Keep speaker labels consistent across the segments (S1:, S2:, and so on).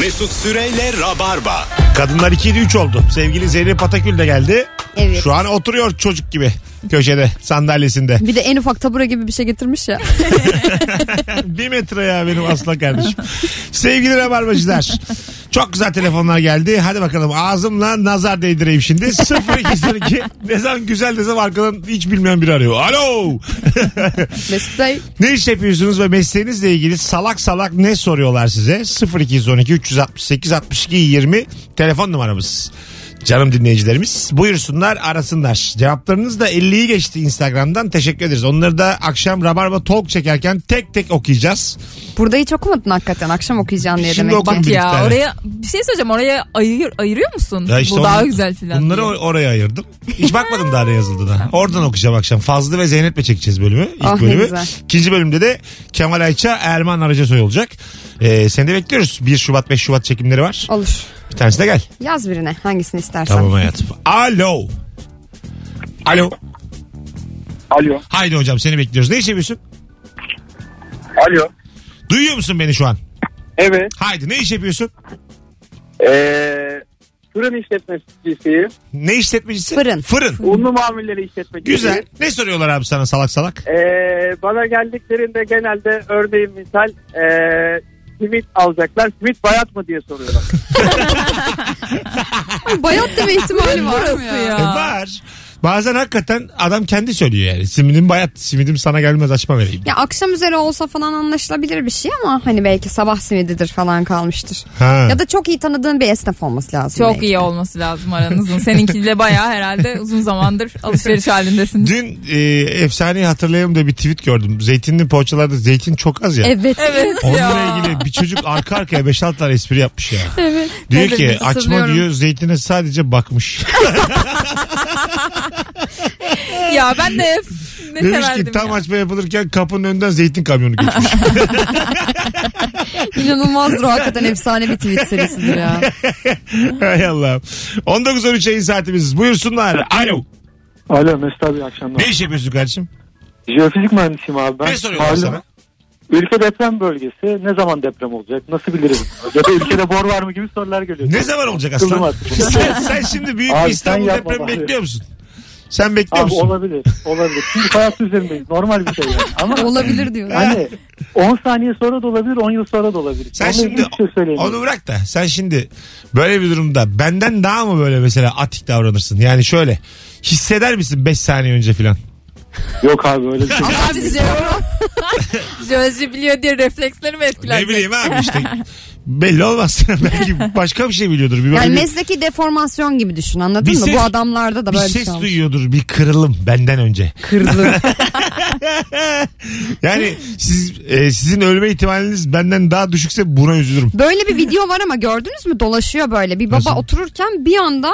S1: Mesut Süreyle Rabarba.
S2: Kadınlar 2'ydi 3 oldu. Sevgili Zeynep Patakül de geldi.
S3: Evet.
S2: Şu an oturuyor çocuk gibi köşede sandalyesinde.
S3: Bir de en ufak tabure gibi bir şey getirmiş ya.
S2: bir metre ya benim aslan kardeşim. Sevgili Rabarbacılar. Çok güzel telefonlar geldi. Hadi bakalım ağzımla nazar değdireyim şimdi. 0212 ne zaman güzel ne zaman arkadan hiç bilmeyen biri arıyor. Alo.
S3: Mesut Bey
S2: Ne iş yapıyorsunuz ve mesleğinizle ilgili salak salak ne soruyorlar size? 0212 368 62 20 telefon numaramız. Canım dinleyicilerimiz buyursunlar arasınlar. Cevaplarınız da 50'yi geçti Instagram'dan teşekkür ederiz. Onları da akşam Rabarba Talk çekerken tek tek okuyacağız.
S3: burada hiç okumadın hakikaten. Akşam okuyacaksın diye
S2: Şimdi
S3: demek
S2: okudum
S3: ki.
S2: bir iki
S4: ya
S2: tane.
S4: oraya bir şey söyleyeceğim oraya ayır, ayırıyor musun?
S2: Ya işte
S4: Bu daha
S2: onun-
S4: güzel filan.
S2: Bunları
S4: diye.
S2: or- oraya ayırdım. Hiç bakmadım daha ne yazıldığına. Oradan okuyacağım akşam. Fazlı ve Zeynep'le çekeceğiz bölümü. İlk
S3: Ah, ne
S2: bölümü.
S3: güzel.
S2: İkinci bölümde de Kemal Ayça, Erman Aracasoy olacak. Ee, seni de bekliyoruz. 1 Şubat 5 Şubat çekimleri var.
S3: Olur.
S2: Bir tanesi de gel.
S3: Yaz birine hangisini istersen.
S2: Tamam hayatım. Alo. Alo.
S5: Alo.
S2: Haydi hocam seni bekliyoruz. Ne iş yapıyorsun?
S5: Alo.
S2: Duyuyor musun beni şu an?
S5: Evet.
S2: Haydi ne iş yapıyorsun?
S5: Ee, fırın işletmecisiyim.
S2: Ne işletmecisi?
S3: Fırın.
S2: Fırın.
S5: Unlu mamulleri işletmecisiyim.
S2: Güzel. Ne soruyorlar abi sana salak salak?
S5: Ee, bana geldiklerinde genelde örneğin misal ee, simit alacaklar. Simit bayat mı diye soruyorlar.
S3: Ay, Bayat deme ihtimali var mı
S4: Burası
S3: ya?
S2: E,
S4: ya.
S2: var. Bazen hakikaten adam kendi söylüyor yani. Simidim bayat, simidim sana gelmez açma vereyim.
S3: Ya akşam üzeri olsa falan anlaşılabilir bir şey ama hani belki sabah simididir falan kalmıştır.
S2: Ha.
S3: Ya da çok iyi tanıdığın bir esnaf olması lazım.
S4: Çok
S3: belki.
S4: iyi olması lazım aranızın. Seninkiyle bayağı herhalde uzun zamandır alışveriş halindesiniz.
S2: Dün e, efsaneyi hatırlayalım da bir tweet gördüm. Zeytinli poğaçalarda zeytin çok az ya.
S3: Evet.
S4: Evet
S2: Onunla
S4: ya.
S2: ilgili bir çocuk arka arkaya 5-6 tane espri yapmış ya. Diyor
S3: Evet,
S2: ki açma
S3: hatırlıyorum.
S2: diyor zeytine sadece bakmış.
S4: Ya ben de ne
S2: Demiş
S4: severdim
S2: ki tam
S4: ya.
S2: açma yapılırken kapının önünden zeytin kamyonu geçmiş.
S3: İnanılmazdır o hakikaten efsane bir tweet serisidir ya.
S2: Hay Allah'ım. 19-13 yayın saatimiz. Buyursunlar. Alo.
S5: Alo Mesut abi akşamlar.
S2: Ne iş yapıyorsun kardeşim?
S5: Jeofizik mühendisiyim abi ben.
S2: Ne soruyorlar şey sana?
S5: Ülke deprem bölgesi ne zaman deprem olacak? Nasıl biliriz? ya da ülkede bor var mı gibi sorular geliyor.
S2: Ne zaman olacak
S5: Kızım
S2: aslan?
S5: artık.
S2: sen, sen şimdi büyük
S5: Abi
S2: bir
S5: sen
S2: İstanbul
S5: yapma
S2: depremi
S5: bari.
S2: bekliyor musun? Sen bekliyor
S5: Abi
S2: musun?
S5: olabilir. Olabilir. Çünkü hayatı üzerindeyiz. Normal bir şey yani. Ama
S3: Olabilir diyor.
S5: hani 10 saniye sonra da olabilir, 10 yıl sonra da olabilir.
S2: Sen
S5: Onunla ilgili
S2: şimdi
S5: hiçbir şey söyleyemiyorum.
S2: onu bırak da sen şimdi böyle bir durumda benden daha mı böyle mesela atik davranırsın? Yani şöyle hisseder misin 5 saniye önce filan?
S5: Yok abi öyle bir şey. yok.
S4: Abi jeoloji- jeoloji biliyor diye reflekslerimi
S2: Ne
S4: etkilenecek.
S2: bileyim abi işte belli olmaz. Belki başka bir şey biliyordur. Bir,
S3: Yani
S2: böyle-
S3: mesleki deformasyon gibi düşün anladın
S2: Bir
S3: mı?
S2: ses-
S3: Bu adamlarda da
S2: bir şey
S3: böyle şey
S2: ses
S3: olmuş.
S2: duyuyordur bir kırılım benden önce.
S3: Kırılır.
S2: Yani siz e, sizin ölme ihtimaliniz benden daha düşükse buna üzülürüm.
S3: Böyle bir video var ama gördünüz mü? Dolaşıyor böyle. Bir baba
S2: Nasıl?
S3: otururken bir anda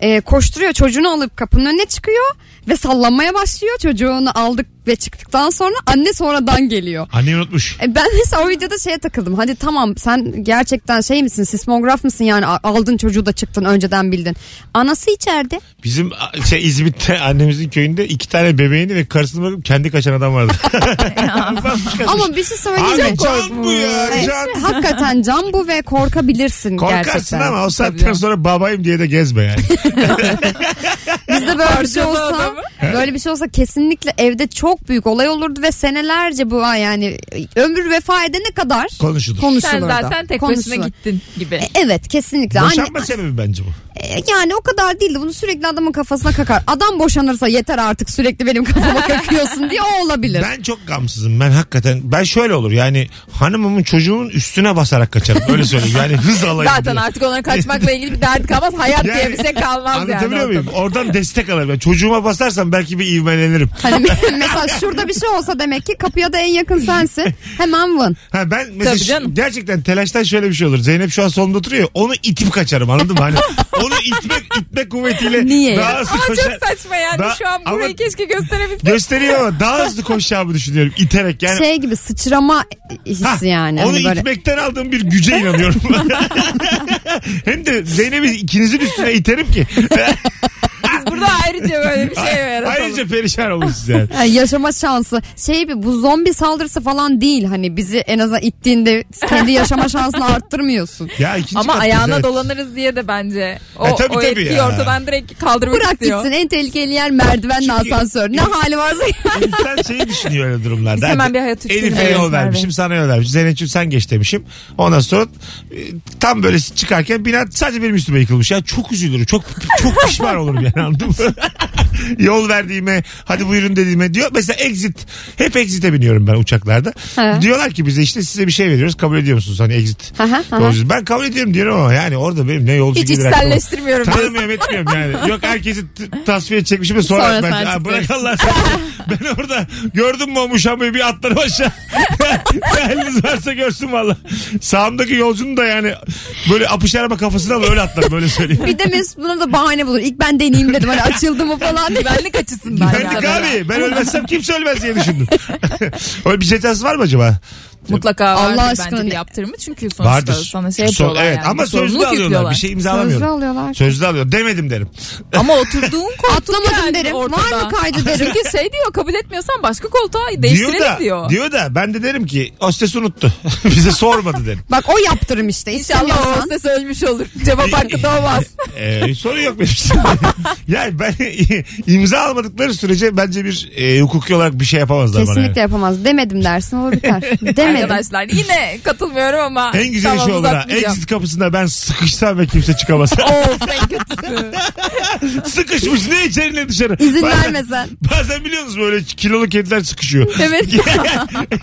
S3: e, koşturuyor çocuğunu alıp kapının önüne çıkıyor ve sallanmaya başlıyor. Çocuğunu aldık ve çıktıktan sonra anne sonradan geliyor.
S2: Anneyi unutmuş.
S3: E, ben mesela o videoda şeye takıldım. Hadi tamam sen gerçekten şey misin sismograf mısın yani A- aldın çocuğu da çıktın önceden bildin. Anası içeride.
S2: Bizim a- şey, İzmit'te annemizin köyünde iki tane bebeğini ve karısını bırakıp kendi kaçan adam vardı. Ufakmış kaçmış.
S3: Ama bir şey söyleyeceğim.
S2: Abi can bu ya
S3: Evet,
S2: can.
S3: Hakikaten can bu ve korkabilirsin
S2: Korkarsın
S3: gerçekten.
S2: ama o saatten
S4: Tabii.
S2: sonra babayım diye de gezme yani.
S3: Bizde böyle bir şey
S4: Harcadı
S3: olsa
S4: adamı.
S3: böyle bir şey olsa kesinlikle evde çok büyük olay olurdu ve senelerce bu ha yani ömür vefa edene kadar
S2: Konuşulur.
S4: Sen
S3: konuşulurdu.
S4: zaten tek başına
S3: Konuşulur.
S4: gittin gibi.
S3: E, Evet kesinlikle. Anne,
S2: Boşanma sebebi bence bu.
S3: e, yani o kadar değildi. Bunu sürekli adamın kafasına kakar. Adam boşanırsa yeter artık sürekli benim kafama kakıyorsun diye o olabilir.
S2: Ben çok gamsızım. Ben hakikaten ben şöyle olur yani hanımımın çocuğumun üstüne basarak kaçarım. Öyle söyleyeyim yani hız alayım
S4: Zaten
S2: diye.
S4: artık onlara kaçmakla ilgili bir dert kalmaz. Hayat diye
S2: Yani,
S4: bize kalmaz yani.
S2: Anlatabiliyor muveyim?
S4: ortada.
S2: Oradan destek alırım. Yani çocuğuma basarsam belki bir ivmelenirim.
S3: Hani mesela şurada bir şey olsa demek ki kapıya da en yakın sensin. Hemen vın.
S2: Ha ben mesela
S4: Tabii canım.
S2: şu- gerçekten telaştan şöyle bir şey olur. Zeynep şu an solumda oturuyor. ya, Onu itip kaçarım anladın mı? Hani onu itmek itme kuvvetiyle
S3: Niye
S2: daha
S3: ya?
S2: hızlı
S4: Ama
S2: koşar.
S4: çok saçma yani
S2: Daha-
S4: şu an burayı
S2: ama-
S4: keşke gösterebilsek.
S2: Gösteriyor ama daha hızlı koşacağımı düşünüyorum iterek yani.
S3: Şey gibi sıçrama hissi
S2: Hah,
S3: yani.
S2: Onu
S3: Hani böyle.
S2: itmekten aldığım bir güce inanıyorum. Hem de Zeynep'i ikinizin üstüne iterim ki.
S4: Biz burada ayrı Ayrıca böyle bir şey yaratalım.
S2: Ayrıca perişan olmuşuz yani.
S3: Yani yaşama şansı. Şey bir- bu zombi saldırısı falan değil hani bizi en azından ittiğinde kendi yaşama şansını arttırmıyorsun.
S2: Ya ikinci
S4: Ama
S2: kattayız,
S4: ayağına
S2: evet.
S4: dolanırız diye de bence o,
S2: E, tabii,
S4: o
S2: tabii
S4: etkiyi
S2: ya.
S4: ortadan direkt kaldırmak
S3: Bırak
S4: istiyor.
S3: gitsin en tehlikeli yer merdivenle
S2: Çünkü-
S3: asansör. Ne hali varsa
S2: İnsan şeyi düşünüyor öyle durumlarda.
S4: Biz hemen
S2: Hadi,
S4: bir hayat üçgeni
S2: Elif'e
S4: veriyoruz
S2: yol vermişim
S4: Merve.
S2: sana yol vermişim. Zeynep'ciğim sen geç demişim. Ondan sonra e, tam böyle çıkarken bina sadece benim üstüme yıkılmış. Ya çok üzülürüm. Çok çok pişman olurum yani anladın mı? yol verdiğime hadi buyurun dediğime diyor. Mesela exit. Hep exit'e biniyorum ben uçaklarda.
S3: He.
S2: Diyorlar ki bize işte size bir şey veriyoruz. Kabul ediyor musunuz? Hani exit.
S3: Aha, aha.
S2: yolcusu. ben kabul ediyorum diyorum ama yani orada benim ne yolcu
S4: Hiç
S2: gibi bir aklıma-
S4: içselleştirmiyorum.
S2: Tanımıyorum etmiyorum yani. Yok herkesi t- tasfiye çekmişim de sonra,
S3: Sonra
S2: ben,
S3: sen
S2: Aa, bırak
S3: çıkacaksın.
S2: Allah seni. ben orada gördüm mü o muşambayı bir atlarım aşağı. Ne haliniz varsa görsün valla. Sağımdaki yolcunun da yani böyle apış araba kafasına ama öyle atlarım öyle söyleyeyim.
S3: bir de Mesut buna da bahane bulur. İlk ben deneyeyim dedim hani açıldı mı falan.
S4: Güvenlik açısından.
S2: Ben de
S4: yani.
S2: abi ben ölmezsem kimse ölmez diye düşündüm. öyle bir cesası var mı acaba?
S4: Mutlaka
S3: Allah
S4: Allah
S3: aşkına
S4: aşkına bence
S3: ne-
S4: bir yaptırımı çünkü sonuçta
S2: Vardır.
S4: sana şey
S2: Son-
S4: yapıyorlar
S2: evet,
S4: yani.
S2: ama
S4: Bir sorumluluk
S2: sözlü alıyorlar
S4: yüklüyorlar.
S2: bir şey
S3: Sözlü
S2: imzalamıyorum.
S3: alıyorlar.
S2: Sözlü alıyor demedim derim.
S4: Ama oturduğun koltuk
S3: Atlamadım
S4: yani
S3: derim.
S4: ortada.
S3: Var mı kaydı derim.
S4: Çünkü şey diyor kabul etmiyorsan başka koltuğa
S2: Diyor
S4: değiştirelim
S2: da,
S4: diyor.
S2: diyor. da ben de derim ki hostes unuttu. Bize sormadı derim.
S3: Bak o yaptırım işte.
S4: İnşallah o
S3: İstemiyorsan.
S4: hostes ölmüş olur. Cevap hakkı doğmaz.
S2: Ee, sorun yok benim için. yani ben imza almadıkları sürece bence bir e, hukuki olarak bir şey yapamazlar
S3: Kesinlikle
S2: bana.
S3: yapamaz. Demedim dersin olur biter. Demedim.
S4: Arkadaşlar yine katılmıyorum ama
S2: Yani. En güzel
S4: tamam,
S2: şey olur ha.
S4: uzatmayacağım.
S2: Exit kapısında ben sıkışsam ve kimse çıkamasa.
S4: Of en kötüsü.
S2: Sıkışmış ne içeri ne dışarı.
S3: İzin
S2: Bazen-
S3: vermesen.
S2: Bazen biliyorsunuz böyle kilolu kediler sıkışıyor.
S3: Evet.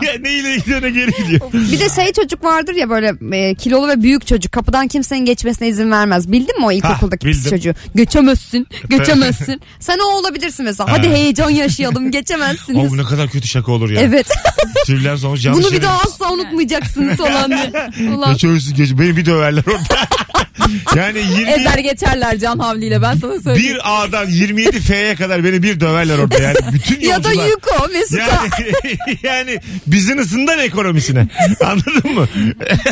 S2: Ya ne ile gidiyor ne geri gidiyor.
S3: Bir de şey çocuk vardır ya böyle e, kilolu ve büyük çocuk. Kapıdan kimsenin geçmesine izin vermez. Bildin mi o ilkokuldaki pis
S2: bildim.
S3: çocuğu? Geçemezsin, geçemezsin. Sen o olabilirsin mesela. Hadi
S2: Ha.
S3: heyecan yaşayalım, geçemezsiniz.
S2: Oğlum bu ne kadar kötü şaka olur ya.
S3: evet.
S2: Tüyler sonuç yanlış
S3: Bunu bir
S2: yere-
S3: daha asla unutmayacaksınız olan. Ulan.
S2: Geçiyorsun geç. Beni bir döverler orada. yani 20
S4: Ezer geçerler Can Havli ile ben sana söyleyeyim.
S2: bir A'dan 27 F'ye kadar beni bir döverler orada. Yani bütün
S3: Ya da
S2: yolcular-
S3: Yuko Mesut'a.
S2: Yani, yani business'ından ekonomisine. Anladın mı?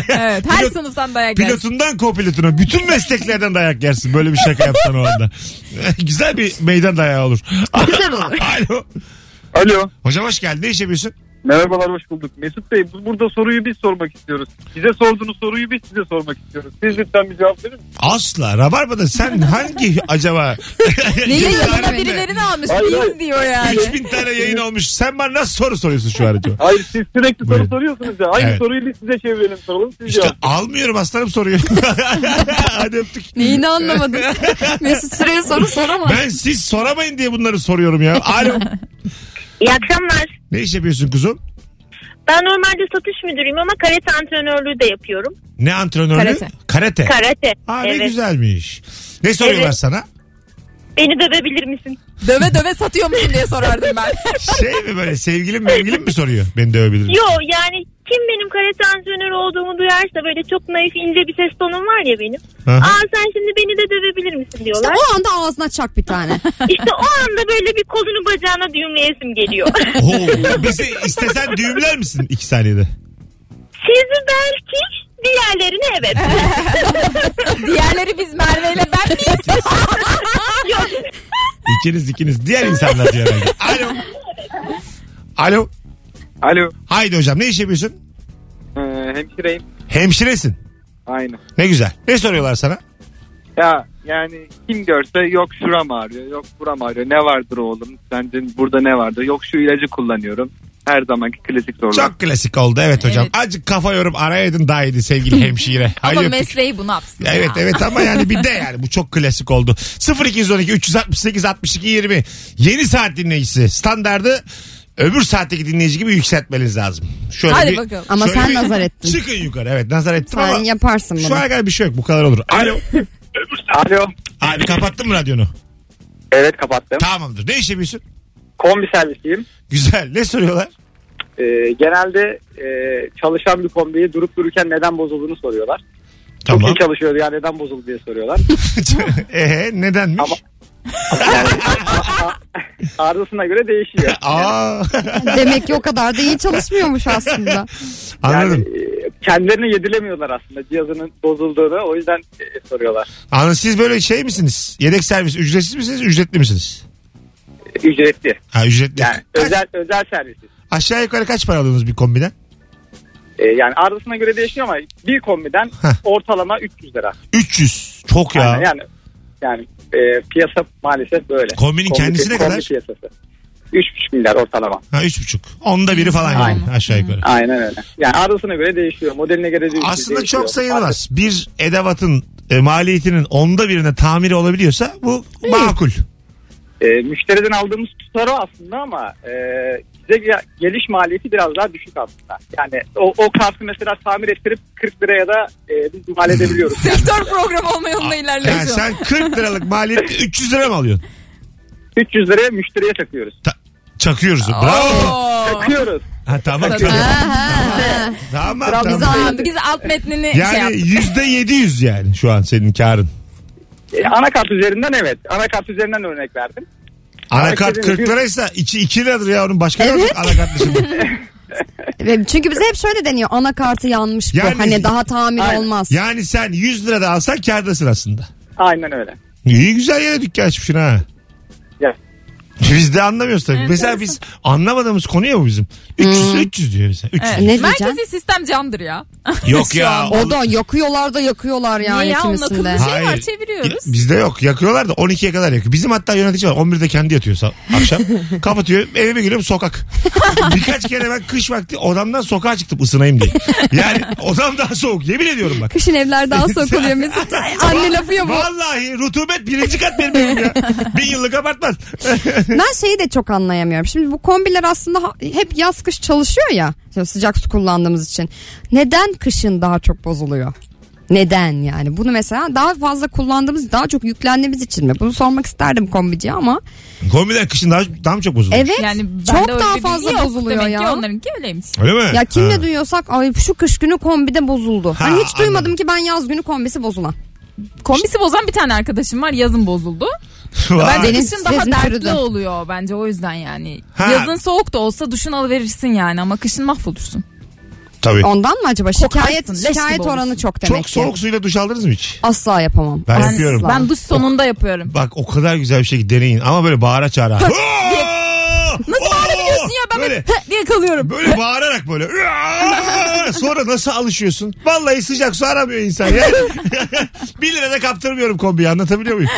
S4: Evet, her
S2: Pilot-
S4: sınıftan dayak yer.
S2: Pilotundan kopilotuna. Bütün mesleklerden dayak yersin. Böyle bir şaka yapsan o anda. Güzel bir meydan dayağı olur.
S3: Güzel olur.
S2: Alo.
S5: Alo.
S2: Hocam hoş geldin. Ne iş yapıyorsun?
S5: Merhabalar hoş bulduk. Mesut Bey bu- burada soruyu biz sormak istiyoruz. Size sorduğunuz soruyu biz size sormak istiyoruz. Siz lütfen bir cevap verin.
S2: Asla. Rabarba'da sen hangi acaba?
S4: Neyin
S3: Yayın
S4: yanına
S3: vermedi.
S4: birilerini almış.
S5: Hayır,
S4: Biz
S5: hayır.
S4: diyor yani.
S2: 3000 tane yayın olmuş. Sen bana nasıl soru soruyorsun şu an acaba?
S5: Hayır siz sürekli soru
S2: Buyurun.
S5: soruyorsunuz ya. Aynı
S2: Evet.
S5: soruyu biz size çevirelim soralım siz
S2: İşte
S5: cevap.
S2: almıyorum aslanım soruyu. Hadi öptük.
S3: Neyini anlamadım. Mesut Süre'ye soru soramaz.
S2: Ben siz soramayın diye bunları soruyorum ya. Alo.
S6: İyi akşamlar.
S2: Ne iş yapıyorsun kuzum?
S6: Ben normalde satış müdürüyüm ama karate antrenörlüğü de yapıyorum.
S2: Ne antrenörlüğü?
S4: Karate.
S2: Karate.
S6: Karate.
S2: Aa, ne
S6: evet.
S2: güzelmiş. Ne soruyorlar
S6: Evet.
S2: sana?
S6: Beni dövebilir misin?
S4: Döve döve satıyor musun diye sorardım ben.
S2: Şey mi böyle sevgilim mevgilim mi soruyor? Beni dövebilir mi?
S6: Yo yani kim benim karate antrenörü olduğumu duyarsa böyle çok naif ince bir ses tonum var ya benim.
S2: Aha.
S6: Aa sen şimdi beni de dövebilir misin
S3: İşte
S6: diyorlar.
S3: o anda ağzına çak bir tane.
S6: işte o anda böyle bir kolunu bacağına düğümleyesim geliyor.
S2: Oo, bizi istesen düğümler misin iki saniyede?
S6: Sizi belki diğerlerini evet.
S4: Diğerleri biz Merve ile ben miyiz?
S2: İkiniz ikiniz diğer insanlar diyor herhalde. Alo. Alo.
S5: Alo. Ee,
S2: Haydi hocam ne iş yapıyorsun?
S5: hemşireyim.
S2: Hemşiresin.
S5: Aynı.
S2: Ne güzel. Ne soruyorlar sana?
S5: Ya yani kim görse yok şuram ağrıyor, yok buram ağrıyor. Ne vardır oğlum? Sence burada ne vardır? Yok şu ilacı kullanıyorum. Her zamanki klasik sorular.
S2: Çok klasik oldu evet hocam.
S4: Evet.
S2: Azıcık kafa yorum araydın daha iyiydi sevgili hemşire. Hadi
S4: Ama
S2: öptük.
S4: mesleği bu ne yapsın?
S2: Evet evet ama yani bir de yani bu çok klasik oldu. 0212 368 62 20 yeni saat dinleyicisi standardı öbür saatteki dinleyici gibi yükseltmeniz lazım. Şöyle
S4: Hadi
S2: bir-
S4: bakalım.
S3: Ama
S2: şöyle
S3: sen
S2: bir-
S3: nazar ettin.
S2: Çıkın yukarı evet nazar ettim
S3: Sen
S2: ama
S3: yaparsın
S2: şu
S3: bunu.
S2: ana kadar bir şey yok bu kadar olur. Alo
S5: Alo.
S2: abi kapattın mı radyonu?
S5: Evet kapattım.
S2: Tamamdır ne iş yapıyorsun?
S5: Kombi servisiyim.
S2: Güzel ne soruyorlar?
S5: Ee, genelde e, çalışan bir kombiyi durup dururken neden bozulduğunu soruyorlar. Çok
S2: Tamam.
S5: iyi çalışıyor ya neden bozuldu diye soruyorlar.
S2: Ehe nedenmiş?
S5: Ama- Arızasına göre değişiyor.
S2: Aa,
S3: Demek ki o kadar da iyi çalışmıyormuş aslında.
S2: anladım.
S5: Yani, e, kendilerine yediremiyorlar aslında cihazının bozulduğunu o yüzden e, soruyorlar.
S2: Anladım. Siz böyle şey misiniz? Yedek servis ücretsiz misiniz? Ücretli misiniz?
S5: E,
S7: ücretli.
S2: Ha ücretli.
S7: Yani
S2: Kaç-
S7: özel özel servisiz.
S2: Aşağı yukarı kaç para alıyorsunuz bir kombiden?
S7: Ee, yani arasına göre değişiyor ama bir kombiden
S2: Heh.
S7: ortalama 300 lira.
S2: 300. Çok ya.
S7: Yani yani, yani e, piyasa maalesef böyle.
S2: Kombinin kendisi ne
S7: kombi
S2: kadar?
S7: Piyasası. 3,5 milyar ortalama.
S2: Ha üç buçuk. Onda biri falan yani
S4: Aynen.
S2: aşağı yukarı.
S7: Aynen şey öyle. Yani arasına göre değişiyor. Modeline göre değişiyor.
S2: Aslında
S7: değişiyor.
S2: çok sayılmaz. Bir edevatın e, maliyetinin onda birine tamiri olabiliyorsa bu makul.
S7: E, müşteriden aldığımız tutar o aslında ama e, bize ge- geliş maliyeti biraz daha düşük aslında. Yani o, o kartı mesela tamir ettirip 40 liraya da e, biz mal edebiliyoruz.
S4: Sektör programı olma yolunda
S2: Yani
S4: ilerliyorsun.
S2: sen 40 liralık maliyette 300 lira mı alıyorsun?
S7: 300 liraya müşteriye takıyoruz.
S2: Ta- çakıyoruz. Bravo.
S4: Oo.
S7: Takıyoruz.
S2: Ha, tamam
S4: Tabii.
S2: tamam.
S3: Ha, ha, ha.
S2: Tamam
S7: Bravo.
S2: tamam.
S4: Biz anladık. Biz alt metnini şey
S2: Yani
S4: yaptık.
S2: yüzde yedi yüz yani şu an senin karın.
S7: E, anakart üzerinden evet. Anakart üzerinden örnek verdim.
S2: Anakart
S7: Herkesin
S2: 40
S7: bir-
S2: liraysa içi 2 liradır ya onun başka
S3: Evet.
S2: evet. anakart dışında.
S3: Ve Çünkü bize hep şöyle deniyor anakartı yanmış bu
S2: Yani-
S3: hani daha tamir
S7: Aynen.
S3: olmaz.
S2: Yani sen 100 lira da alsan kârdasın aslında.
S7: Aynen öyle.
S2: İyi güzel yere dükkan açmışsın ha.
S7: Ya.
S2: Biz de anlamıyoruz tabii.
S4: Evet,
S2: Mesela
S4: doğrusu.
S2: biz anlamadığımız konu ya bu bizim. 300 300 diyor mesela. 300.
S4: Evet.
S3: Ne diyeceğim?
S4: Merkezi sistem candır ya.
S2: Yok
S4: Şu
S2: ya.
S4: an.
S2: on-
S3: O da yakıyorlar da yakıyorlar yani
S4: Niye ya? Onun
S3: kimisinde.
S4: akıllı şey var
S2: Hayır.
S4: çeviriyoruz.
S2: Ya, Bizde yok. Yakıyorlar da 12'ye kadar yakıyor. Bizim hatta yönetici var. 11'de kendi yatıyor sa- akşam. Kapatıyor. Evime geliyorum sokak. Birkaç kere ben kış vakti odamdan sokağa çıktım ısınayım diye. Yani odam daha soğuk. Yemin ediyorum bak.
S3: Kışın evler daha soğuk oluyor Mesut. Ay, Anne lafı ya bu.
S2: Vallahi rutubet birinci kat benim evim ya. Bin yıllık apartman.
S3: Ben şeyi de çok anlayamıyorum. Şimdi bu kombiler aslında ha- hep yaz kış çalışıyor ya. Şimdi Sıcak su kullandığımız için. Neden kışın daha çok bozuluyor? Neden yani? Bunu mesela daha fazla kullandığımız, daha çok yüklendiğimiz için mi? Bunu sormak isterdim kombiciye ama.
S2: Kombiler kışın daha, daha mı çok bozulur?
S3: Evet.
S4: Yani bende
S3: çok
S4: öyle
S3: daha
S4: bir bilgi
S3: fazla
S4: yok.
S3: bozuluyor
S4: Demek
S3: ya.
S4: ki onlarınki öyleymiş.
S2: Öyle mi?
S3: Ya kimle
S2: Ha.
S3: duyuyorsak ay şu kış günü kombide bozuldu.
S2: Ha,
S3: hani hiç duymadım
S2: anladım.
S3: ki ben yaz günü kombisi bozulan.
S4: Kombisi bozan bir tane arkadaşım var. Yazın bozuldu.
S2: Vay.
S4: Bence
S3: Deniz
S4: kışın daha
S3: sesini
S4: dertli
S3: çürüdüm.
S4: oluyor bence o yüzden yani.
S2: Ha.
S4: Yazın soğuk da olsa duşun alıverirsin yani ama kışın mahvolursun.
S2: Tabii.
S3: Ondan mı acaba? Şikayet,
S4: leş gibi
S3: şikayet
S4: olursun.
S3: oranı çok demek
S2: E, Çok
S3: ki.
S2: soğuk suyla duş aldınız mı hiç?
S3: Asla yapamam.
S2: Ben
S3: Asla.
S2: yapıyorum.
S4: Ben duş sonunda yapıyorum.
S2: Bak o kadar güzel bir şey ki deneyin ama böyle bağıra çağıra. Nasıl
S4: Nasıl bağırabiliyorsun ya ben böyle,
S2: böyle?
S4: diye kalıyorum.
S2: Böyle bağırarak böyle. "Aa!" Sonra nasıl alışıyorsun? Vallahi sıcak su aramıyor insan ya. bir lira da kaptırmıyorum kombiyi anlatabiliyor muyum?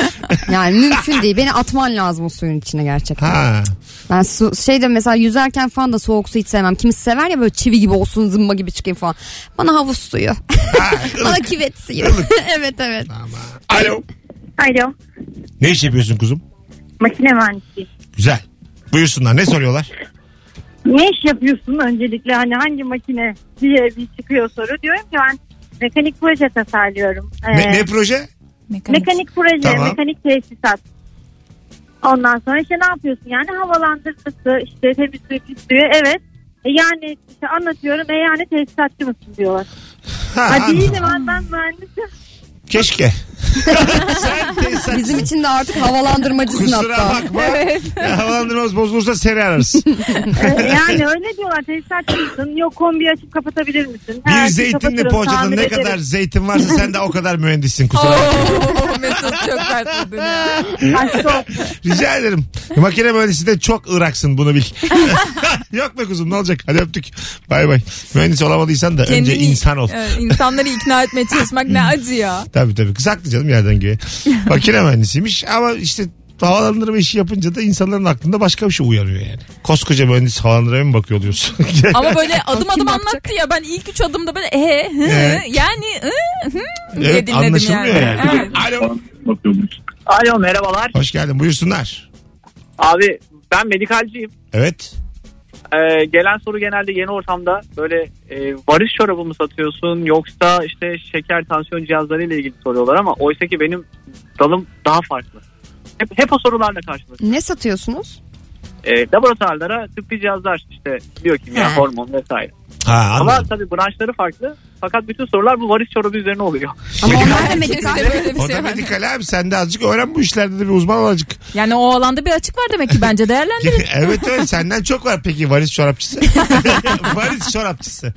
S3: Yani mümkün değil. Beni atman lazım o suyun içine gerçekten.
S2: Ha.
S3: Ben su, şeyde mesela yüzerken falan da soğuk su hiç sevmem. Kimisi sever ya böyle çivi gibi olsun zımba gibi çıkayım falan. Bana havuz suyu. Bana kivet suyu. evet evet.
S2: Alo.
S6: Alo.
S2: Ne iş yapıyorsun kuzum?
S6: Makine mühendisi.
S2: Güzel. Buyursunlar ne soruyorlar?
S6: Ne iş yapıyorsun öncelikle hani hangi makine diye bir çıkıyor soru. Diyorum ki ben mekanik proje tasarlıyorum.
S2: Ne,
S6: Ee,
S2: ne proje?
S4: Mekanik.
S6: Mekanik proje,
S2: Tamam.
S6: mekanik tesisat. Ondan sonra işte ne yapıyorsun yani havalandırması, işte temizlik istiyor. Evet. E yani işte anlatıyorum e yani tesisatçı mısın diyorlar.
S2: Ha,
S6: Ha
S2: anladım.
S6: değilim ben, ben mühendisim.
S2: Keşke. Sen tesisatçısın.
S3: Bizim için de artık havalandırmacısın
S2: Kusura
S3: hatta.
S2: bakma. Havalandırmamız bozulursa seni ararız.
S6: E, yani öyle diyorlar tesisatçı mısın? Yok kombi açıp kapatabilir misin? Ha,
S2: Bir
S6: açıp
S2: zeytinli
S6: kapatırım,
S2: poğaçada
S6: tamir
S2: ne
S6: ederim.
S2: kadar zeytin varsa sen de o kadar mühendissin kusura bakma.
S4: Oh, Oo, Mesut çok sert vurdun ya.
S6: Aşk olsun.
S2: Rica ederim. Makine mühendisinde çok ıraksın bunu bil. Yok be kuzum ne olacak? Hadi öptük. Bay bay. Mühendis olamadıysan da önce insan ol. Hmm.
S4: Evet, insanları ikna etmeye çalışmak ne acı ya.
S2: Tabii tabii. Kız haklı canım yerden göğe. Makine mühendisiymiş ama işte havalandırma işi yapınca da insanların aklında başka bir şey uyarıyor yani. Koskoca mühendis havalandırmaya mı bakıyor oluyorsun?
S4: Ama böyle adım
S3: Kim
S4: adım
S3: bakacak?
S4: anlattı ya ben ilk üç adımda böyle e, hı,
S2: Evet.
S4: yani hı, hı diye
S2: evet,
S4: dinledim
S2: anlaşılmıyor yani.
S4: Evet.
S2: Alo.
S7: Alo merhabalar.
S2: Hoş geldin buyursunlar.
S7: Abi ben medikalciyim.
S2: Evet.
S7: Ee, gelen soru genelde yeni ortamda böyle e, varış çorabı mı satıyorsun yoksa işte şeker tansiyon cihazları ile ilgili soruyorlar ama oysa ki benim dalım daha farklı. Hep, hep o sorularla karşılaşıyorum.
S3: Ne satıyorsunuz?
S7: Ee, laboratuvarlara tıbbi cihazlar işte biyokimya,
S3: He.
S7: hormon vesaire.
S2: Ha,
S5: Ama
S2: anladım.
S5: tabii branşları farklı. Fakat bütün sorular bu varış çorabı üzerine oluyor.
S3: Ama onlar da
S4: Kesinlikle
S3: medikal.
S4: böyle bir
S2: O da
S4: şey var.
S2: medikal abi sen de azıcık öğren bu işlerde de bir uzman ol azıcık.
S4: Yani o alanda bir açık var demek ki bence değerlendirin.
S2: evet evet senden çok var peki varis çorapçısı. varis çorapçısı.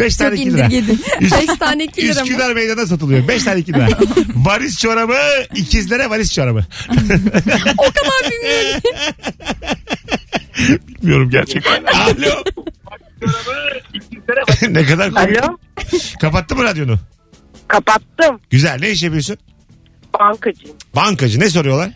S2: 5 tane
S4: Çok
S2: 2 lira.
S4: indirgedin.
S2: Üst-
S3: 5 tane 2 lira mı?
S2: Üsküdar meydana satılıyor. 5 tane 2 lira. varis çorabı ikizlere varis çorabı.
S4: o kadar bilmiyorum.
S2: Bilmiyorum gerçekten. Alo. ne kadar komik.
S8: Alo
S2: Kapattı mı radyonu?
S8: kapattım
S2: Güzel ne iş yapıyorsun?
S8: bankacıyım.
S2: Bankacı ne soruyorlar?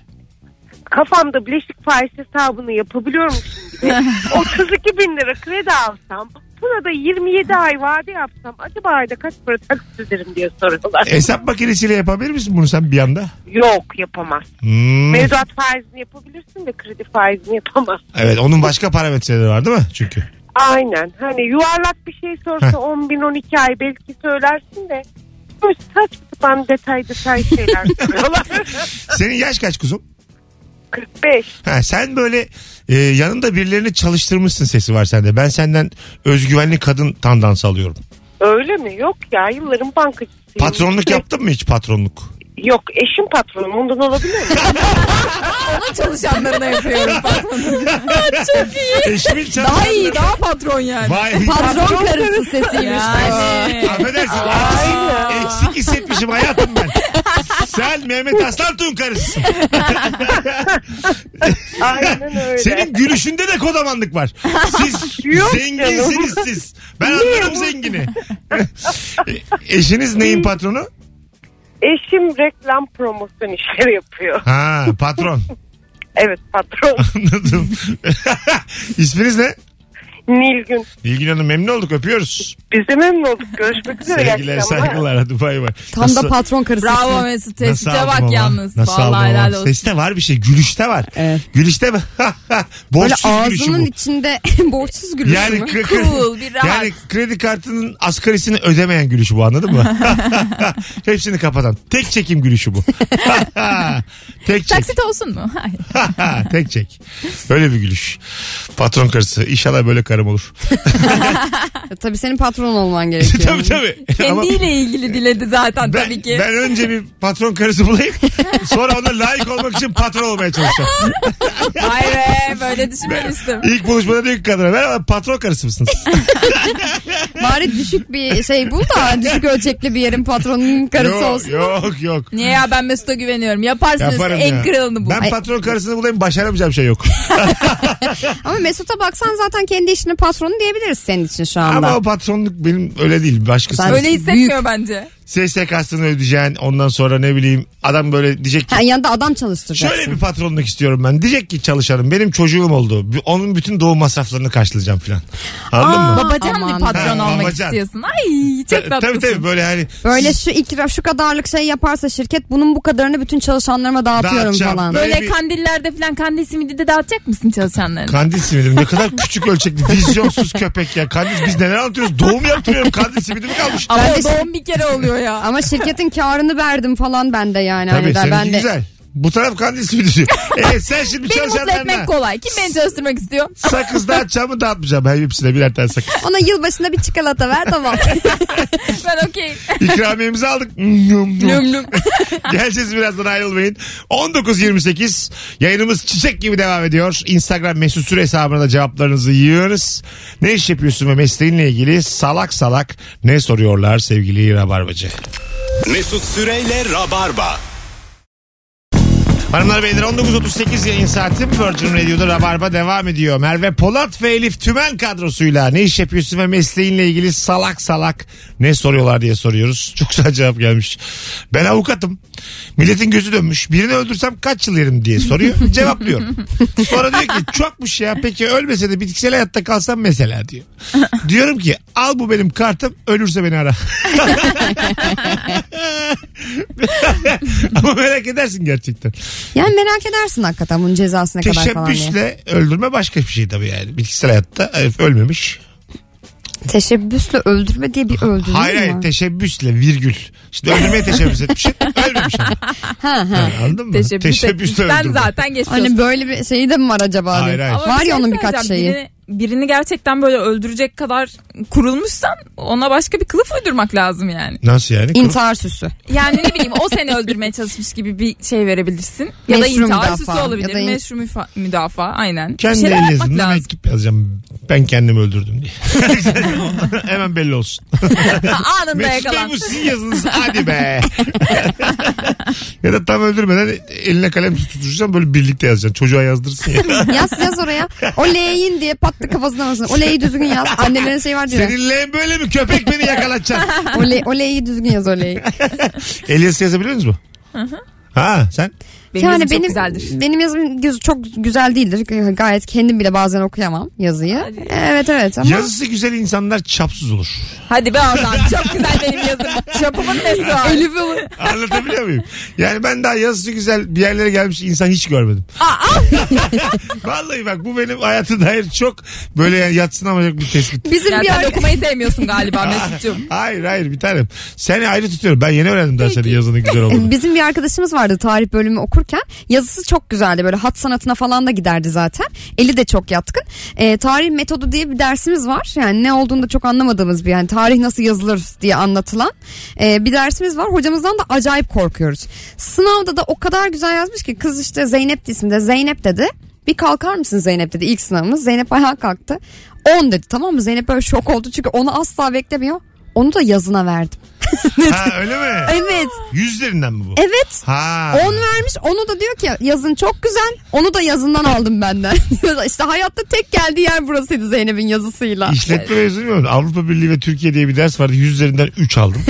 S8: Kafamda bileşik faiz hesabını yapabiliyorum şimdi. de. 32 bin lira kredi alsam buna da 27 ay vade yapsam acaba ayda kaç para taksit öderim diye soruyorlar.
S2: Hesap makinesiyle yapabilir misin bunu sen bir anda?
S8: Yok yapamaz.
S2: Hmm.
S8: Mevduat faizini yapabilirsin de kredi faizini yapamaz.
S2: Evet onun başka parametreleri var değil mi? Çünkü.
S8: Aynen. Hani yuvarlak bir şey
S2: Heh.
S8: sorsa 10 bin 12 ay belki söylersin de böyle saçma sapan detay detay şeyler soruyorlar.
S2: Senin yaş kaç kuzum?
S8: 45.
S2: Ha, sen böyle e, yanında birilerini çalıştırmışsın sesi var sende. Ben senden özgüvenli kadın tandans alıyorum.
S8: Öyle mi? Yok ya yılların bankacısıyım.
S2: Patronluk yaptın mı hiç patronluk?
S8: Yok eşim patronum ondan olabilir mi?
S4: Ona çalışanlarına yapıyorum patron.
S2: Eşimin
S4: daha
S2: çalışan-
S4: iyi daha patron yani.
S2: Vay.
S3: Patron karısı sesiymiş.
S4: Yani.
S2: Affedersin. Eksik, eksik hissetmişim hayatım ben. Sen Mehmet Aslan Tuğ'un karısısın.
S8: Aynen öyle.
S2: Senin gülüşünde de kodamanlık var. Siz
S8: Yok
S2: zenginsiniz siz. Ben anlarım zengini. E- Eşiniz neyin patronu?
S8: Eşim reklam promosyon işleri yapıyor.
S2: Ha patron.
S8: Evet patron.
S2: Anladım. İsminiz ne?
S8: Nilgün.
S2: İlgin Hanım memnun olduk öpüyoruz.
S8: Biz de memnun olduk. Görüşmek üzere. iyi
S2: Sevgiler
S8: akşamlar.
S2: saygılar hadi bay bay.
S3: Tam da patron karısı.
S4: Bravo
S3: ismi.
S4: Mesut
S2: Nasıl
S4: tespite
S2: aldım
S4: bak
S2: ama?
S4: yalnız.
S2: Nasıl
S4: Vallahi
S2: aldım ama?
S4: helal olsun.
S2: Seste var bir şey. Gülüşte var.
S3: Evet.
S2: Gülüşte var.
S3: Böyle
S2: Borçsuz gülüşü
S3: ağzının
S2: bu.
S3: içinde borçsuz gülüşü
S2: Yani,
S3: mü?
S2: kre- kre-
S4: Cool bir rahat.
S2: yani kredi kartının asgarisini ödemeyen gülüşü bu anladın mı? Hepsini kapatan. Tek çekim gülüşü bu. Tek çek.
S4: Taksit olsun mu? Hayır.
S2: Tek çek. Öyle bir gülüş. Patron karısı. İnşallah böyle karım olur.
S3: Tabii senin patron olman gerekiyor.
S2: tabii tabii. Ama-
S4: Kendiyle ilgili diledi zaten
S2: Ben,
S4: tabii ki.
S2: ben önce bir patron karısı bulayım. Sonra ona layık olmak için patron olmaya çalışacağım.
S4: Vay be böyle düşünmemiştim.
S2: İlk buluşmada diyor ki kadına merhaba patron karısı mısınız?
S3: Bari düşük bir şey bul da düşük ölçekli bir yerin patronunun karısı
S2: yok,
S3: olsun.
S2: Yok yok.
S4: Niye ya ben Mesut'a güveniyorum. Yaparsınız
S2: Yaparım
S4: en
S2: ya.
S4: kralını bu.
S2: Ben
S4: Ay,
S2: patron karısını bulayım başaramayacağım şey yok.
S3: Ama Mesut'a baksan zaten kendi işinin patronu diyebiliriz senin için şu anda.
S2: Ama o patronluk benim öyle değil. Başkası.
S3: Sen-
S4: Öyle hissetmiyor bence.
S2: SSK'sını ödeyeceksin. Ondan sonra ne bileyim adam böyle diyecek ki
S3: Ha, yanında adam çalıştıracaksın.
S2: Şöyle bir patronluk istiyorum ben. Diyecek ki çalışanım benim çocuğum oldu. Bir- Onun bütün doğum masraflarını karşılayacağım filan. Anladın
S3: Aa,
S2: mı?
S4: Babacan
S3: aman.
S4: bir patron
S2: Ha,
S4: olmak
S2: babacan.
S4: istiyorsun. Ay
S2: Ta-
S4: çok tatlısın.
S2: tabii tabii böyle hani
S3: Böyle şu ikra şu kadarlık şey yaparsa şirket bunun bu kadarını bütün çalışanlarıma dağıtıyorum
S2: Dağıtacağım.
S3: falan.
S2: Böyle
S4: Böyle
S2: bir-
S4: kandillerde falan kandil simidi de dağıtacak mısın çalışanlarına?
S2: Kandil simidim ne kadar küçük ölçekli vizyonsuz köpek ya. Kandil biz neler anlatıyoruz? Doğum yaptırıyorum. Kandil simidi mi kalmış?
S4: Ama
S3: Ben de-
S4: doğum bir kere oluyor ya.
S3: Ama şirketin karını verdim falan bende yani.
S2: Tabii
S3: Hani der,
S2: seninki
S3: ben de
S2: güzel. Bu taraf kandil simidi diyor. Evet sen şimdi
S4: Beni mutlu etmek
S2: çalışanlarına
S4: kolay. Kim beni çalıştırmak istiyor?
S2: sakız dağıtacağımı dağıtmayacağım. Her hepsine birer tane sakız.
S3: ona yılbaşında bir çikolata ver tamam.
S4: Ben okey.
S2: İkramiyemizi aldık. Nüm nüm.
S4: Lüm lüm.
S2: Geleceğiz birazdan ayrılmayın. 19.28 yayınımız çiçek gibi devam ediyor. Instagram mesut süre hesabına da cevaplarınızı yığınız. Ne iş yapıyorsun ve mesleğinle ilgili salak salak ne soruyorlar sevgili Rabarbacı.
S1: Mesut Süreyle Rabarba.
S2: Hanımlar beyler 19.38 yayın saatim Virgin Radio'da Rabarba devam ediyor. Merve Polat ve Elif Tümen kadrosuyla ne iş yapıyorsun ve mesleğinle ilgili salak salak ne soruyorlar diye soruyoruz. Çok güzel cevap gelmiş. Ben avukatım. Milletin gözü dönmüş. Birini öldürsem kaç yıl yerim diye soruyor. Cevaplıyorum. Sonra diyor ki çokmuş ya peki ölmese de bitkisel hayatta kalsam mesela diyor. Diyorum ki al bu benim kartım ölürse beni ara. Ama merak edersin gerçekten.
S3: yani merak edersin hakikaten bunun cezası ne kadar falan diye.
S2: Teşebbüsle öldürme başka bir şey tabii yani. Bitkisel hayatta herif ölmemiş.
S3: Teşebbüsle öldürme diye bir öldürme
S2: hayır
S3: mi
S2: hayır
S3: var?
S2: teşebbüsle virgül. İşte öldürmeye teşebbüs etmiş. Ölmemiş ama.
S3: ha, ha.
S2: Yani anladın mı?
S4: Teşebbüs etmiş. Sen
S2: öldürme.
S4: zaten geçiyorsun.
S3: Hani böyle bir şeyi de mi var acaba?
S2: Hayır,
S3: diye.
S2: hayır.
S4: Ama
S3: Var
S4: bir
S3: ya
S4: şey
S3: onun birkaç
S4: söyleyeceğim.
S3: şeyi.
S4: Birini birini gerçekten böyle öldürecek kadar kurulmuşsan ona başka bir kılıf uydurmak lazım yani.
S2: Nasıl yani?
S3: İntihar süsü.
S4: Yani ne bileyim o seni öldürmeye çalışmış gibi bir şey verebilirsin. Ya da
S3: Meşru
S4: intihar
S3: müdafaa.
S4: süsü olabilir.
S3: Ya da in-
S4: Meşru müfa- müdafaa aynen.
S2: Kendi
S4: bir şeyler yapmak
S2: yazımdan
S4: lazım.
S2: mektup yazacağım. Ben kendimi öldürdüm diye. Hemen belli olsun.
S4: Anında
S2: Mesut Bey
S4: yakalan.
S2: bu sizin yazınız. Hadi be. ya da tam öldürmeden eline kalem tutuşacağım böyle birlikte yazacaksın. Çocuğa yazdırsın ya.
S3: Yaz yaz oraya. O L'yin diye patlı kafasına basın. O L'yi düzgün yaz. Annelerin şey var diyor. ya.
S2: Seninle böyle mi köpek beni yakalatacaksın?
S3: O, Le- o L'yi düzgün yaz o L'yi.
S2: Elias yazabiliyor musunuz mu? Ha sen?
S4: Benim
S3: yani
S4: yazım çok
S3: benim,
S4: güzeldir.
S3: Benim yazım göz- çok güzel değildir. Gayet kendim bile bazen okuyamam yazıyı. Evet evet ama.
S2: Yazısı güzel insanlar çapsız olur.
S4: Hadi be oradan. Çok güzel benim yazım. Çapımın nesi var? Ölü mü?
S2: Anlatabiliyor muyum? Yani ben daha yazısı güzel bir yerlere gelmiş insan hiç görmedim. Vallahi bak bu benim hayatı dair çok böyle yani yatsınamayacak bir tespit.
S3: Bizim
S4: Yani
S3: bir
S4: sen
S3: ar-
S4: okumayı sevmiyorsun galiba Mesut'cum.
S2: Hayır hayır bir tanem. Seni ayrı tutuyorum. Ben yeni öğrendim daha senin yazının güzel olduğunu.
S3: E, Bizim bir arkadaşımız vardı tarih bölümü okurken yazısı çok güzeldi böyle hat sanatına falan da giderdi zaten eli de çok yatkın Ee, tarih metodu diye bir dersimiz var yani ne olduğunu da çok anlamadığımız bir yani tarih nasıl yazılır diye anlatılan ee, bir dersimiz var hocamızdan da acayip korkuyoruz sınavda da o kadar güzel yazmış ki kız işte Zeynep isminde Zeynep dedi bir kalkar mısın Zeynep dedi ilk sınavımız Zeynep ayağa kalktı 10 dedi tamam mı Zeynep böyle şok oldu çünkü onu asla beklemiyor onu da yazına verdim
S2: Ha öyle mi?
S3: evet
S2: Yüzlerinden mi bu?
S3: evet
S2: Ha.
S3: 10 vermiş onu da diyor ki yazın çok güzel onu da yazından aldım benden. işte hayatta tek geldiği yer burasıydı Zeynep'in yazısıyla.
S2: İşletme mezunu muyum? Avrupa Birliği ve Türkiye diye bir ders vardı. Yüzlerinden 3 aldım.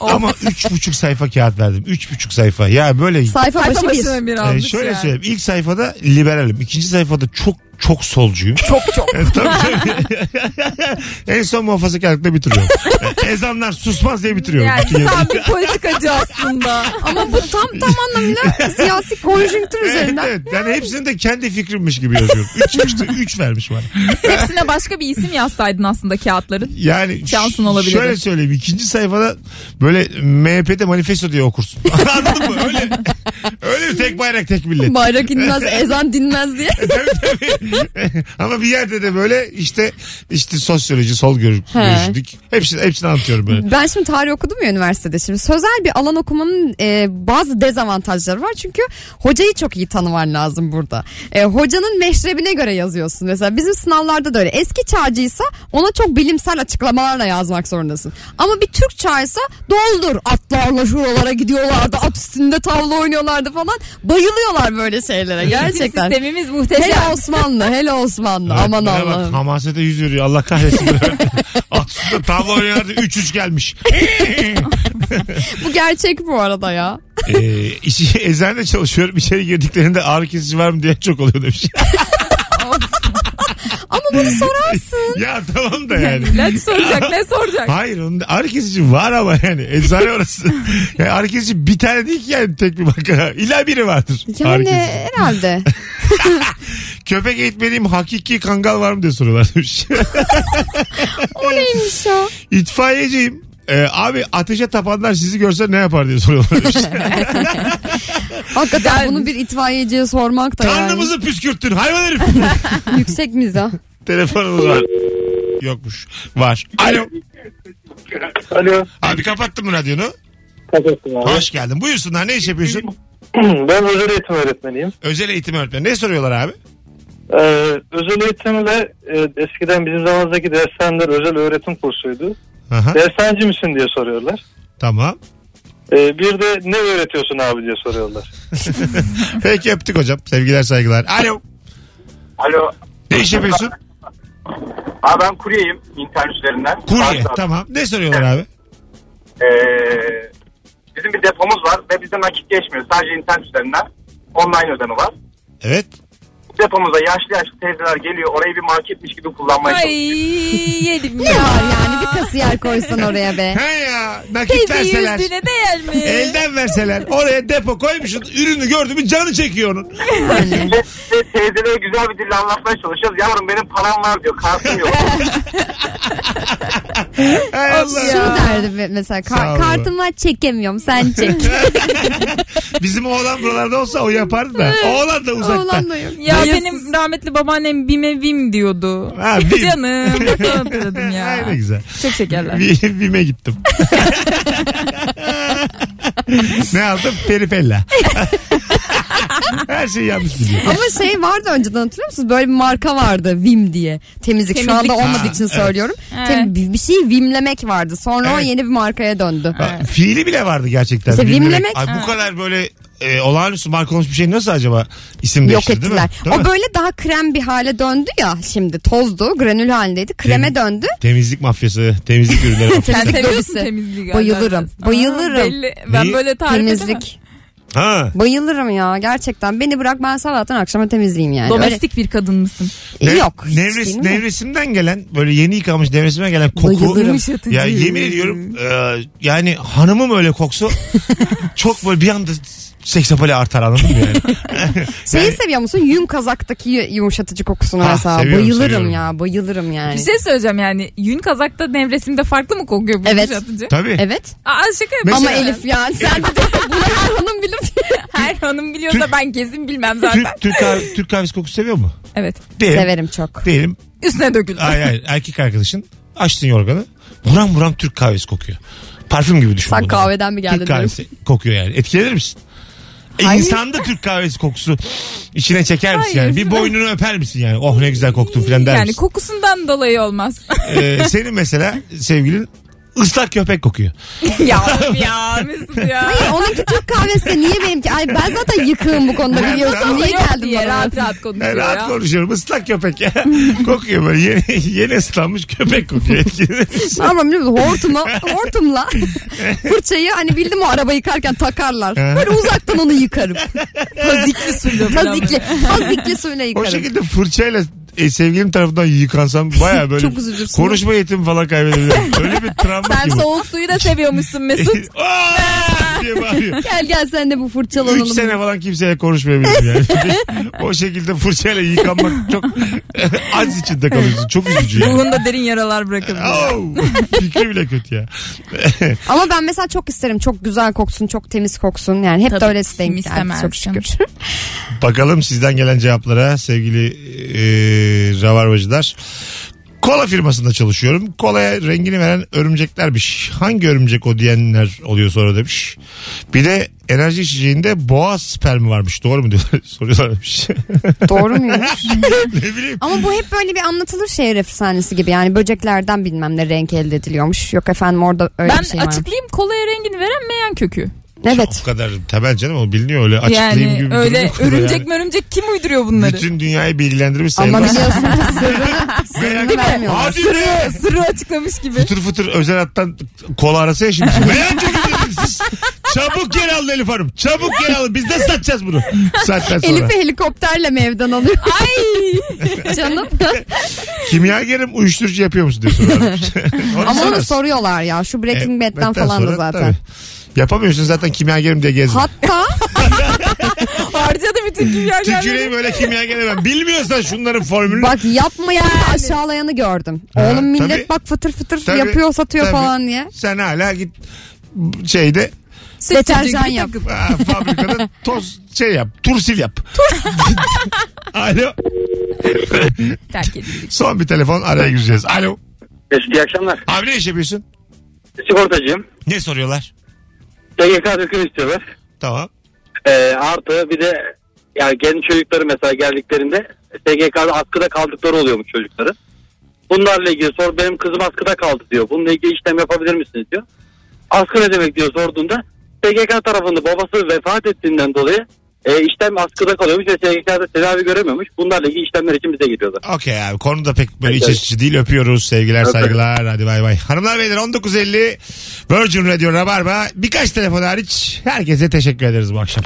S2: Ama üç buçuk sayfa kağıt verdim. Üç buçuk sayfa. Ya böyle
S3: Sayfa, başı bir.
S4: başına bir
S2: Ee,
S4: almış
S2: şöyle
S4: yani.
S2: söyleyeyim. İlk sayfada liberalim. İkinci sayfada çok çok solcuyum. Çok çok. tabii tabii. en son muhafazakarlıkla bitiriyorum. Ezanlar susmaz diye bitiriyorum.
S4: Yani
S2: Bütün yazı.
S4: tam bir politikacı aslında.
S3: Ama bu tam tam anlamıyla siyasi konjonktür
S2: Evet,
S3: üzerinden.
S2: evet. Yani hepsini de kendi fikrimmiş gibi yazıyorum. Üç, üç, üç vermiş bana.
S4: Hepsine başka bir isim yazsaydın aslında kağıtların.
S2: Yani
S4: Şansın
S2: ş-
S4: olabilir.
S2: Şöyle söyleyeyim. ikinci sayfada böyle MHP'de manifesto diye okursun. Anladın mı? Öyle, öyle bir tek bayrak tek millet.
S3: Bayrak inmez, ezan dinmez diye.
S2: Ama bir yerde de böyle işte işte sosyoloji, sol görüş,
S3: He.
S2: görüşlük. Hepsini, hepsini anlatıyorum böyle.
S3: Ben şimdi tarih okudum ya üniversitede. Şimdi sözel bir alan okumanın e, bazı dezavantajları var. Çünkü hocayı çok iyi tanıman lazım burada. E, hocanın meşrebine göre yazıyorsun. Mesela bizim sınavlarda da öyle. Eski çağcıysa ona çok bilimsel açıklamalarla yazmak zorundasın. Ama bir Türk çağıysa doldur. Atlarla şuralara gidiyorlardı. At üstünde tavla oynuyorlardı falan. Bayılıyorlar böyle şeylere
S4: Bizim
S3: gerçekten.
S4: sistemimiz muhteşem.
S3: Hele Osmanlı, hele Osmanlı.
S2: Evet,
S3: Aman
S2: bana bak,
S3: Allah'ım.
S2: Hamasete yüz veriyor Allah kahretsin. Aslında tavla oynayanlarda 3-3 gelmiş.
S3: Bu gerçek bu arada ya.
S2: Ee, işi, eczanede çalışıyorum. İçeri girdiklerinde ağrı kesici var mı diye çok oluyor demiş.
S3: Ama bunu sorarsın.
S2: ya tamam da yani.
S4: Ne soracak ne soracak?
S2: Hayır onun da ağrı kesici var ama yani eczane orası. Yani ağrı kesici bir tane değil ki yani tek bir bakara. İlla biri vardır. ağrı
S3: Yani
S2: kesici.
S3: herhalde.
S2: Köpek eğitmeliyim hakiki kangal var mı diye soruyorlar demiş.
S3: Neymiş o?
S2: İtfaiyeciyim. Ee, abi ateşe tapanlar sizi görse ne yapar diye soruyorlar demiş.
S3: Hakikaten
S4: Yani-
S3: bunu bir itfaiyeciye sormak da yani.
S2: Karnımızı püskürttün hayvan herif.
S3: Yüksek mizah.
S2: Telefonumuz var. Yokmuş. Var. Alo.
S5: Alo.
S2: Abi kapattın mı radyonu?
S5: Kapattım abi.
S2: Hoş geldin. Buyursunlar. Ne iş yapıyorsun?
S5: ben özel eğitim öğretmeniyim.
S2: Özel eğitim öğretmeni. Ne soruyorlar abi?
S5: Ee, özel eğitimle e, eskiden bizim zamanımızdaki dershaneler özel öğretim kursuydu.
S2: Aha,
S5: Dershancı mısın diye soruyorlar.
S2: tamam.
S5: Ee, bir de ne öğretiyorsun abi diye soruyorlar.
S2: Peki öptük hocam. Sevgiler saygılar. Alo.
S7: Alo.
S2: Ne iş yapıyorsun?
S7: Abi ben kuryeyim internet üzerinden.
S2: Kurye.
S7: WhatsApp.
S2: Tamam. Ne soruyorlar abi?
S7: Ee, bizim bir depomuz var ve bizden nakit geçmiyor. Sadece internet üzerinden online ödeme var.
S2: Evet.
S7: Depomuza yaşlı yaşlı teyzeler geliyor. Orayı bir marketmiş gibi kullanmaya
S4: Ay
S7: çalışıyor.
S4: yedim
S3: Ne
S4: ya.
S3: var yani bir kasiyer koysan oraya be.
S2: He ya. Nakit
S4: Teyze
S2: verseler.
S4: yüzdüğüne değer mi?
S2: Elden verseler. Oraya depo koymuşsun. Ürünü gördü mü canı çekiyor onun. şey
S3: Yani.
S7: Ve- ve Teyzelere güzel bir dille anlatmaya çalışıyoruz. Yavrum benim param var diyor. Kartım yok.
S2: Hay Allah.
S3: Şunu derdi be- mesela ka-
S2: Sağ ol.
S3: kartım var çekemiyorum sen çek.
S2: Bizim oğlan buralarda olsa o yapardı da. Oğlan da uzakta.
S3: Oğlan da yok.
S4: Ya
S3: Dayısı-
S4: benim rahmetli babaannem Bim'e Vim diyordu.
S2: Ha, Vim.
S4: Canım. bunu hatırladım ya.
S2: Ay ne güzel.
S4: Çok şekerler.
S2: Bir- Bime gittim. ne aldım? Peripella. Her şeyi yanlış biliyor.
S3: Ama şey vardı önceden hatırlıyor musunuz? Böyle bir marka vardı Vim diye. Temizlik, şu
S4: Temizlik.
S3: anda olmadığı
S2: Ha,
S3: için
S2: evet.
S3: söylüyorum.
S4: Evet.
S3: Tem- bir bir şeyi vimlemek vardı. Sonra o
S2: Evet.
S3: yeni bir markaya döndü.
S2: Bak, Fiili bile vardı gerçekten.
S3: İşte
S2: Bilmemek-
S3: vimlemek.
S2: Ay, bu kadar böyle e, olağanüstü marka olmuş bir şey nasıl acaba isim
S3: Yok
S2: değiştirdi değil mi?
S3: ettiler.
S2: Değil
S3: o
S2: mi?
S3: böyle daha krem bir hale döndü ya şimdi. Tozdu, granül halindeydi. Kreme
S2: Tem-
S3: döndü.
S2: Temizlik mafyası, temizlik ürünleri
S4: Sen
S2: mafyası.
S3: Temizlik
S4: seviyorsun
S3: lobisi.
S4: temizliği galiba.
S3: Bayılırım,
S4: Aa,
S3: bayılırım.
S4: belli. Ben
S2: Niye?
S4: böyle tarif edemem.
S3: Temizlik.
S2: ha.
S3: Bayılırım ya gerçekten. Beni bırak ben sabahtan akşama temizleyeyim yani.
S4: Domestik bir kadın mısın?
S3: Öyle-
S2: Ne-
S3: E, Yok. hiç
S2: Nevres,
S3: değil mi?
S2: nevresimden gelen böyle yeni yıkanmış nevresime gelen koku.
S3: Bayılırım.
S4: Yumuşatıcı.
S2: Ya yemin ediyorum e, yani hanımım öyle koksu çok böyle bir anda seksapali artar anladın mı yani?
S3: Şeyi seviyor musun? Yün kazaktaki yu- yumuşatıcı kokusunu
S2: Ah,
S3: mesela.
S2: seviyorum,
S3: bayılırım
S2: seviyorum.
S3: ya bayılırım yani.
S4: Bir şey söyleyeceğim yani. Yün kazakta nevresimde farklı mı kokuyor bu
S3: Evet.
S4: yumuşatıcı?
S2: Tabii.
S3: Evet.
S4: Aa şaka yapıyorum.
S3: Ama Elif yani sen de bunu her hanım bilir.
S4: Her hanım biliyorsa ben kesin bilmem zaten.
S2: Türk, Türk, kahve- Türk kahvesi kokusu seviyor mu?
S4: Evet.
S2: Diyelim,
S3: Severim çok.
S2: diyelim
S4: Üstüne döküldü.
S2: ay, ay, erkek arkadaşın açtın yorganı buram buram Türk kahvesi kokuyor. Parfüm gibi düşün.
S3: Sen
S2: bunu.
S3: kahveden mi geldin
S2: Türk
S3: diyorum.
S2: kahvesi kokuyor yani. Etkilenir misin? E,
S3: Hayır.
S2: İnsanda Türk kahvesi kokusu içine çeker misin yani?
S4: Hayır.
S2: Bir boynunu öper misin yani? Oh ne güzel koktun filan der
S4: yani
S2: misin?
S4: kokusundan dolayı olmaz.
S2: Ee, senin mesela sevgilin ıslak köpek kokuyor.
S4: ya oğlum ya Mesut ya.
S3: Hayır onunki Türk kahvesi de niye benimki? Ay ben zaten yıkığım bu konuda biliyorsun. Niye
S4: Yok
S3: geldin
S4: diye
S3: bana?
S4: Rahat rahat
S2: Ben
S4: konuşuyor
S2: rahat
S4: ya.
S2: konuşuyorum. Islak köpek ya. kokuyor böyle yeni, yeni ıslanmış köpek kokuyor. Etkilenir misin?
S3: Ne yapalım biliyor musun? Hortuma, hortumla fırçayı hani bildim o araba yıkarken takarlar. Böyle uzaktan onu yıkarım.
S4: Tazikli suyla falan
S3: Tazikli,
S4: böyle.
S3: tazikli suyla
S2: O
S3: yıkarım.
S2: şekilde fırçayla e, sevgilim tarafından yıkansam baya böyle
S3: Çok üzülürsün.
S2: konuşma yetimi falan kaybedebilirim. Öyle bir travma
S4: Sen
S2: ki bu.
S4: soğuk suyu da seviyormuşsun Mesut.
S2: Aa! diye bağırıyor.
S3: Gel gel sen de bu
S2: 3
S3: fırçalanalım.
S2: sene falan kimseye konuşmayabilirim yani. o şekilde fırçayla yıkanmak çok az içinde kalıyorsun. Çok üzücü yani.
S4: Ruhunda derin yaralar bırakabilir.
S2: Au! Fikri bile kötü ya.
S3: Ama ben mesela çok isterim. Çok güzel koksun, çok temiz koksun. Yani hep
S4: Tabii,
S3: de öylesi
S4: kim
S3: denk geldi
S4: istemez
S3: çok
S4: canım.
S3: şükür.
S2: Bakalım sizden gelen cevaplara sevgili e, ravarbacılar. Kola firmasında çalışıyorum. Kolaya rengini veren örümceklermiş. Hangi örümcek o diyenler oluyor sonra demiş. Bir de enerji içeceğinde boğaz spermi varmış. Doğru mu diyorlar? Soruyorlarmış.
S3: Doğru muymuş?
S2: ne bileyim.
S3: Ama bu hep böyle bir anlatılır şehir efsanesi gibi. Yani böceklerden bilmem ne renk elde ediliyormuş. Yok efendim orada öyle
S4: Ben
S3: bir şey var.
S4: açıklayayım kolaya rengini veren meyan kökü.
S3: Evet.
S2: O kadar temel canım o biliniyor öyle açıklayayım
S4: Yani
S2: gibi. bir durum
S4: öyle
S2: yok burada
S4: örümcek
S2: yani.
S4: mörümcek kim uyduruyor bunları?
S2: Bütün dünyayı bilgilendirmiş
S3: Ama
S2: sayılmaz.
S3: biliyorsun ki sırrını,
S2: Merak
S3: sırrını
S2: etme.
S3: vermiyorlar.
S2: Hadi be!
S4: Sırrı açıklamış gibi.
S2: Fıtır fıtır özel hattan kola arası ya şimdi. Merak ediyorum siz. Çabuk geri alın Elif Hanım. Çabuk geri alın. Biz de satacağız bunu. Saatten sonra.
S3: Elif'i helikopterle mi evden alıyor? Ay canım.
S2: Kimyagerim uyuşturucu yapıyor musun diye soruyorlar. Onu
S3: Ama onu
S2: sorarsın.
S3: soruyorlar ya. Şu Breaking
S2: E,
S3: Bad'den falan da
S2: sonra
S3: zaten.
S2: tabii. Yapamıyorsun zaten kimyagerim diye gezme.
S3: Hatta
S4: Harcadı bütün kimyagerleri.
S2: Tüküreyim öyle kimyagerim. ben. Bilmiyorsan şunların formülünü.
S3: bak yapmayan da aşağılayanı gördüm.
S2: Ha,
S3: Oğlum millet
S2: tabii.
S3: bak fıtır fıtır
S2: Tabii,
S3: yapıyor satıyor
S2: tabii.
S3: falan diye.
S2: Sen hala git şeyde
S3: Deterjan yap.
S2: ha, fabrikada toz şey yap. Tursil yap. Alo.
S4: Terk edildik.
S2: Son bir telefon araya gireceğiz. Alo.
S7: Mesut iyi akşamlar.
S2: Abi ne iş yapıyorsun?
S7: Sigortacıyım.
S2: Ne soruyorlar?
S7: TGK döküm istiyorlar.
S2: Tamam.
S7: Ee, artı bir de yani kendi çocukları mesela geldiklerinde TGK'da askıda kaldıkları oluyormuş çocukları. Bunlarla ilgili sor benim kızım askıda kaldı diyor. Bununla ilgili işlem yapabilir misiniz diyor. Askı ne demek diyor sorduğunda TGK tarafında babası vefat ettiğinden dolayı e, işlem askıda kalıyormuş ve TGK'da tedavi görememiş. Bunlarla ilgili işlemler için bize gidiyorlar.
S2: Okey abi konu da pek böyle
S7: Evet,
S2: iç
S7: evet.
S2: açıcı değil. Öpüyoruz sevgiler
S7: Öpüyorum.
S2: saygılar. Hadi bay bay. Hanımlar beyler 19.50 Virgin Radio Rabarba. Birkaç telefon hariç herkese teşekkür ederiz bu akşam.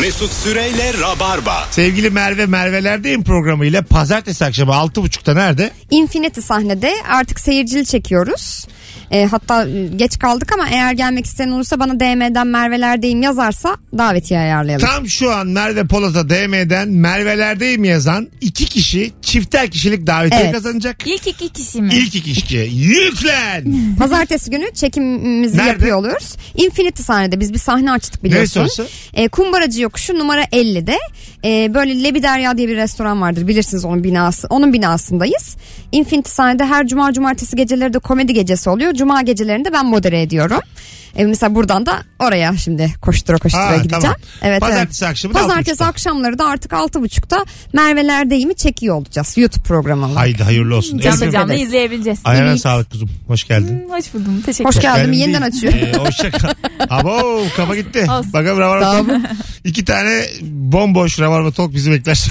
S1: Mesut Süreyle Rabarba.
S2: Sevgili Merve Merve'lerdeyim programıyla pazartesi akşamı 6.30'da nerede?
S3: Infinity sahnede artık seyircili çekiyoruz. Ee, E, hatta e, geç kaldık ama eğer gelmek isteyen olursa bana DM'den Merve'lerdeyim yazarsa davetiye ayarlayalım.
S2: Tam şu an Merve Polat'a DM'den Merve'lerdeyim yazan iki kişi çifter kişilik davetiye
S3: Evet.
S2: kazanacak.
S4: İlk iki kişi mi?
S2: İlk iki kişi. Yüklen.
S3: Pazartesi günü çekimimizi
S2: Nerede?
S3: yapıyor oluruz. Infinity sahnede biz bir sahne açtık biliyorsun.
S2: Neresi orası?
S3: E, kumbaracı yokuşu numara 50'de. E, böyle Lebi Derya diye bir restoran vardır. Bilirsiniz onun binası. Onun binasındayız. Infinity sahnede her cuma cumartesi geceleri de komedi gecesi oluyor. Cuma gecelerinde ben modere ediyorum. E, mesela buradan da oraya şimdi koştura koştura
S2: Ha,
S3: gideceğim.
S2: tamam.
S3: Evet,
S2: Pazartesi
S3: evet.
S2: akşamı da
S3: Pazartesi
S2: 6.30'da.
S3: akşamları da artık 6.30'da Merve'lerdeyim'i çekiyor olacağız. YouTube programı olarak.
S2: Haydi hayırlı olsun.
S4: Canlı
S2: Elif'im,
S4: canlı
S3: ederiz.
S4: izleyebileceğiz.
S2: Ayağına
S4: Evet.
S2: sağlık kuzum. Hoş geldin.
S4: Hmm, Hoş buldum. Teşekkür
S3: Hoş
S4: ederim.
S3: geldin.
S2: Kendim
S3: Yeniden
S2: değil.
S3: açıyor.
S2: Ee, hoşça kal. Abo kafa gitti.
S4: Olsun.
S2: Bakın Rabarba Talk. İki tane bomboş Rabarba Talk bizi bekler.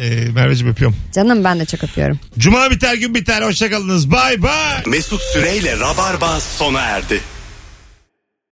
S2: ee, Merveciğim öpüyorum.
S3: Canım ben de çok öpüyorum.
S2: Cuma biter gün biter. Hoşçakalınız. Bay bay.
S1: Mesut Süreyle Rabarba sona erdi.